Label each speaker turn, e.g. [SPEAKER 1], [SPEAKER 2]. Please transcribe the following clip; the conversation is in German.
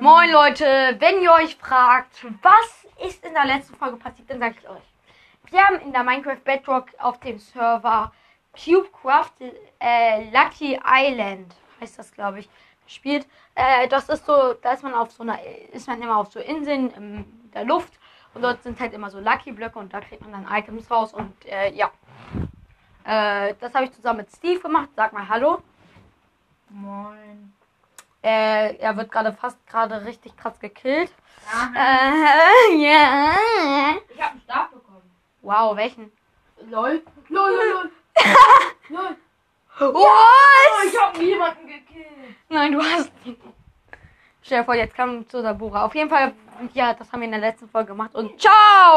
[SPEAKER 1] Moin Leute, wenn ihr euch fragt, was ist in der letzten Folge passiert, dann sag ich euch. Wir haben in der Minecraft Bedrock auf dem Server Cubecraft äh, Lucky Island, heißt das glaube ich, gespielt. Äh, das ist so, da ist man auf so einer, ist man immer auf so Inseln ähm, in der Luft und dort sind halt immer so Lucky Blöcke und da kriegt man dann Items raus und äh, ja. Äh, das habe ich zusammen mit Steve gemacht. Sag mal Hallo.
[SPEAKER 2] Moin.
[SPEAKER 1] Äh, er wird gerade fast gerade richtig krass gekillt.
[SPEAKER 2] Aha.
[SPEAKER 1] Äh, ja.
[SPEAKER 2] Ich hab einen Stab bekommen.
[SPEAKER 1] Wow, welchen?
[SPEAKER 2] Lol. Lol, lol, lol. lol. Oh,
[SPEAKER 1] Was?
[SPEAKER 2] ich hab jemanden gekillt.
[SPEAKER 1] Nein, du hast ihn. Stell dir vor, jetzt kam zu Sabura. Auf jeden Fall, ja, das haben wir in der letzten Folge gemacht und ciao!